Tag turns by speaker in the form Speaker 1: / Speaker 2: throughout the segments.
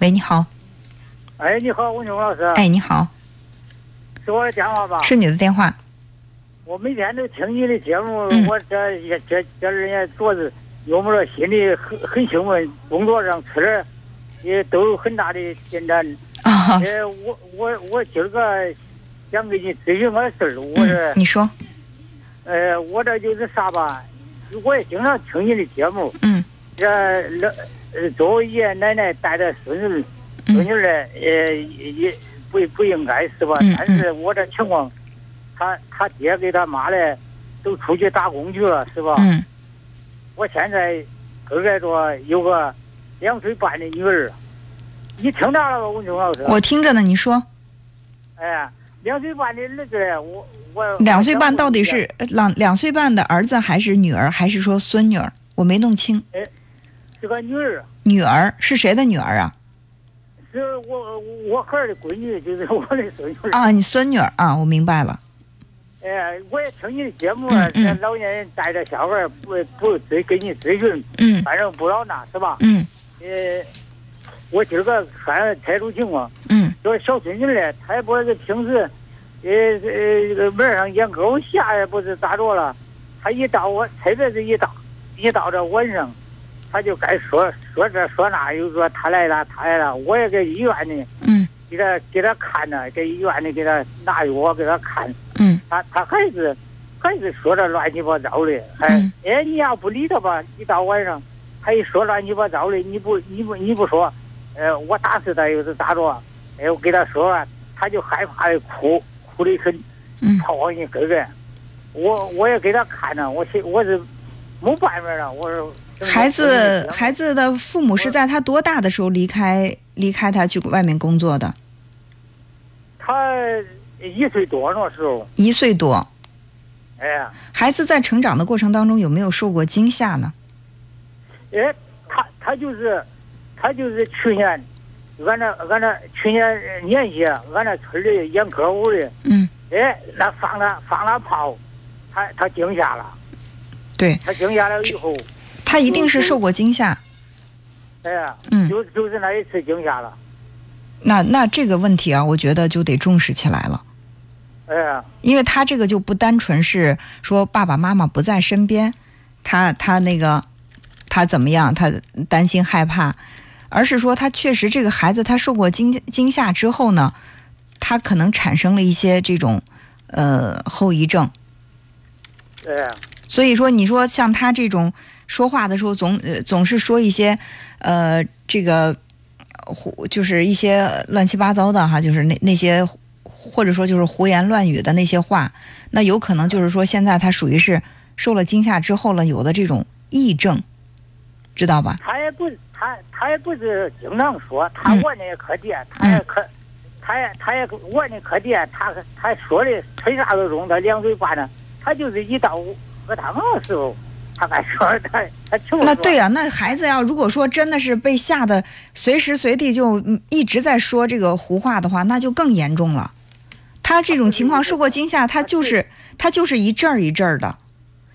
Speaker 1: 喂，你好，
Speaker 2: 哎，你好，吴宁老师，
Speaker 1: 哎，你好，
Speaker 2: 是我的电话吧？
Speaker 1: 是你的电话，
Speaker 2: 我每天都听你的节目，
Speaker 1: 嗯
Speaker 2: 我这也这这人家做的，有没有心里很很兴奋，工作上吃的也都有很大的进展。
Speaker 1: 啊、
Speaker 2: 呃，我我我今儿个想给你咨询个事儿，我
Speaker 1: 嗯
Speaker 2: 这，、
Speaker 1: 你说，嗯
Speaker 2: 呃，我这就是啥吧，我也经常听你的节目，
Speaker 1: 嗯
Speaker 2: 这老呃作为爷爷奶奶带着孙子
Speaker 1: 嗯
Speaker 2: 孙女儿嘞，呃也也不不应该是吧？
Speaker 1: 嗯嗯
Speaker 2: 但是我这情况，他他爹跟他妈嘞都出去打工去了哦是吧？
Speaker 1: 嗯
Speaker 2: 我现在跟这着有个两岁半的女儿，你听到了吧，文忠老师？
Speaker 1: 我听着呢，你说，
Speaker 2: 哎，两岁半的儿子嘞，我嗯我
Speaker 1: 两岁半到底是呃两两岁半的儿子还是女儿，还是说孙女儿？我没弄清，
Speaker 2: 是个女儿，
Speaker 1: 女儿是谁的女儿啊？
Speaker 2: 是我我孩儿的闺女，就是我的孙女儿。
Speaker 1: 啊，你孙女儿啊，我明白了，
Speaker 2: 哎，我也听你的节目了，
Speaker 1: 嗯嗯
Speaker 2: 这老年人带着小孩儿不不追给你咨询，
Speaker 1: 嗯
Speaker 2: 反正不老那是吧？
Speaker 1: 嗯
Speaker 2: 呃，我今儿个看财主情况，
Speaker 1: 嗯
Speaker 2: 说小孙女儿嘞，她也不是平时，呃呃，这个门上眼沟下也不是咋着了，她一到我，特别是一到一到这晚上，她就该说说这说那，又说她来了，她来了，我也给医院里
Speaker 1: 嗯
Speaker 2: 给她给她看呢，给医院里给她拿药给她看。
Speaker 1: 嗯
Speaker 2: 他他还是还是说这乱七八糟的，哎、
Speaker 1: 嗯
Speaker 2: 哎，你要不理他吧，一到晚上他一说乱七八糟的，你不你不你不说，呃，我打死他又是咋着？哎，我给他说完，他就害怕的哭，哭的很，
Speaker 1: 嗯
Speaker 2: 跑往你跟跟。我我也给他看呢，我是我是没办法了，我是
Speaker 1: 孩子孩子的父母是在他多大的时候离开离开他去外面工作的？
Speaker 2: 他一岁多那时候，
Speaker 1: 一岁多，
Speaker 2: 哎呀，
Speaker 1: 孩子在成长的过程当中有没有受过惊吓呢？
Speaker 2: 哎，他他就是，他就是去年，俺那俺那去年呃年节，俺那村里演歌舞的，
Speaker 1: 嗯，
Speaker 2: 哎，那放了放了炮，他他惊吓了，
Speaker 1: 对
Speaker 2: 他惊吓了以后，
Speaker 1: 他一定是受过惊吓。
Speaker 2: 哎呀，
Speaker 1: 嗯
Speaker 2: 就就是那一次惊吓了，
Speaker 1: 那那这个问题啊，我觉得就得重视起来了。
Speaker 2: 哎呀，
Speaker 1: 因为他这个就不单纯是说爸爸妈妈不在身边，他他那个他怎么样，他担心害怕，而是说他确实这个孩子他受过惊惊吓之后呢，他可能产生了一些这种呃后遗症。
Speaker 2: 哎呀，
Speaker 1: 所以说，你说像他这种说话的时候总呃总是说一些呃这个呃胡就是一些乱七八糟的哈，就是那那些或者说就是胡言乱语的那些话，那有可能就是说现在他属于是受了惊吓之后了，有的这种癔症，知道吧？
Speaker 2: 他也不他他也不是经常说，他
Speaker 1: 嗯
Speaker 2: 我那可爹，他也可。他也，他也，我那可爹，他他说的吹啥都中，他两嘴巴呢，他就是一到喝汤的时候，他还说他他求
Speaker 1: 那
Speaker 2: 说
Speaker 1: 对呀、那孩子要如果说真的是被吓得随时随地就嗯一直在说这个胡话的话，那就更严重了。他这种情况受过惊吓，他就是他就是一阵儿一阵儿的，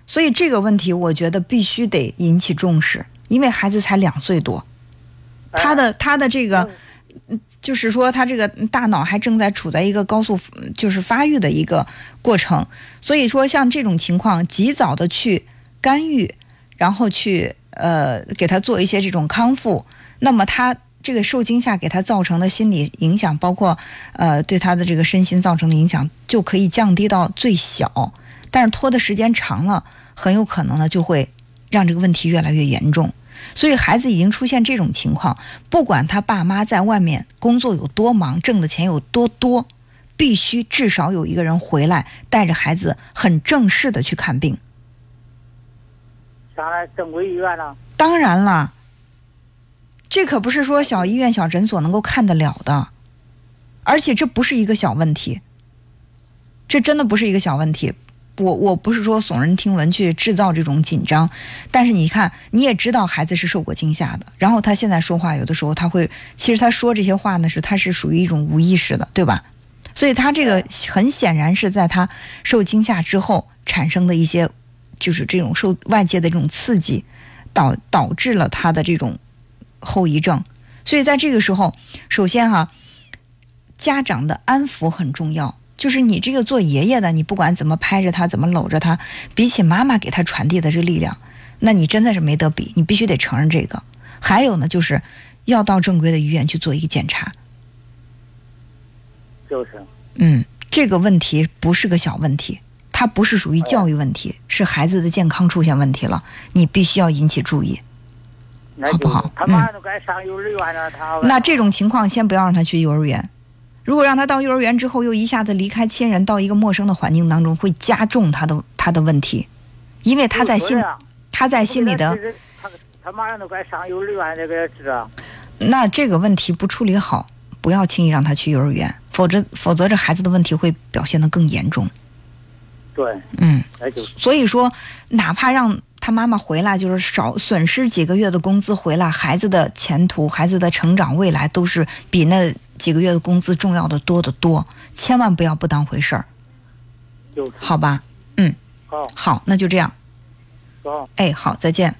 Speaker 1: 所以这个问题我觉得必须得引起重视，因为孩子才两岁多，
Speaker 2: 哎
Speaker 1: 他的他的这个
Speaker 2: 嗯。
Speaker 1: 就是说，他这个大脑还正在处在一个高速嗯就是发育的一个过程，所以说像这种情况，及早的去干预，然后去呃给他做一些这种康复，那么他这个受惊吓给他造成的心理影响，包括呃对他的这个身心造成的影响，就可以降低到最小。但是拖的时间长了，很有可能呢就会让这个问题越来越严重。所以孩子已经出现这种情况，不管他爸妈在外面工作有多忙，挣的钱有多多，必须至少有一个人回来带着孩子很正式的去看病。
Speaker 2: 上了正规医院了。
Speaker 1: 当然了，这可不是说小医院、小诊所能够看得了的，而且这不是一个小问题，这真的不是一个小问题。我我不是说耸人听闻去制造这种紧张，但是你看，你也知道孩子是受过惊吓的，然后他现在说话有的时候他会，其实他说这些话呢是他是属于一种无意识的，对吧？所以他这个很显然是在他受惊吓之后产生的一些，就是这种受外界的这种刺激，导导致了他的这种后遗症。所以在这个时候，首先哈、家长的安抚很重要。就是你这个做爷爷的，你不管怎么拍着他，怎么搂着他，比起妈妈给他传递的这个力量，那你真的是没得比，你必须得承认这个。还有呢，就是要到正规的医院去做一个检查。
Speaker 2: 就是
Speaker 1: 嗯，这个问题不是个小问题，它不是属于教育问题，是孩子的健康出现问题了，你必须要引起注意。
Speaker 2: 那
Speaker 1: 好
Speaker 2: 就
Speaker 1: 不好嗯
Speaker 2: 是他妈都该上幼儿园了，他
Speaker 1: 那这种情况，先不要让他去幼儿园。如果让他到幼儿园之后，又一下子离开亲人，到一个陌生的环境当中，会加重他的他的问题，因为他在心
Speaker 2: 啊
Speaker 1: 他在心里的
Speaker 2: 他他妈让都该上幼儿园这个啊知道，
Speaker 1: 那这个问题不处理好，不要轻易让他去幼儿园，否则否则这孩子的问题会表现得更严重。
Speaker 2: 对，
Speaker 1: 嗯。
Speaker 2: 那就是
Speaker 1: 所以说，哪怕让他妈妈回来，就是少损失几个月的工资回来，孩子的前途、孩子的成长、未来都是比那几个月的工资重要的多得多。千万不要不当回事儿，
Speaker 2: 就是
Speaker 1: 好吧？
Speaker 2: 好
Speaker 1: 好，那就这样。
Speaker 2: 好。
Speaker 1: 哎，好，再见。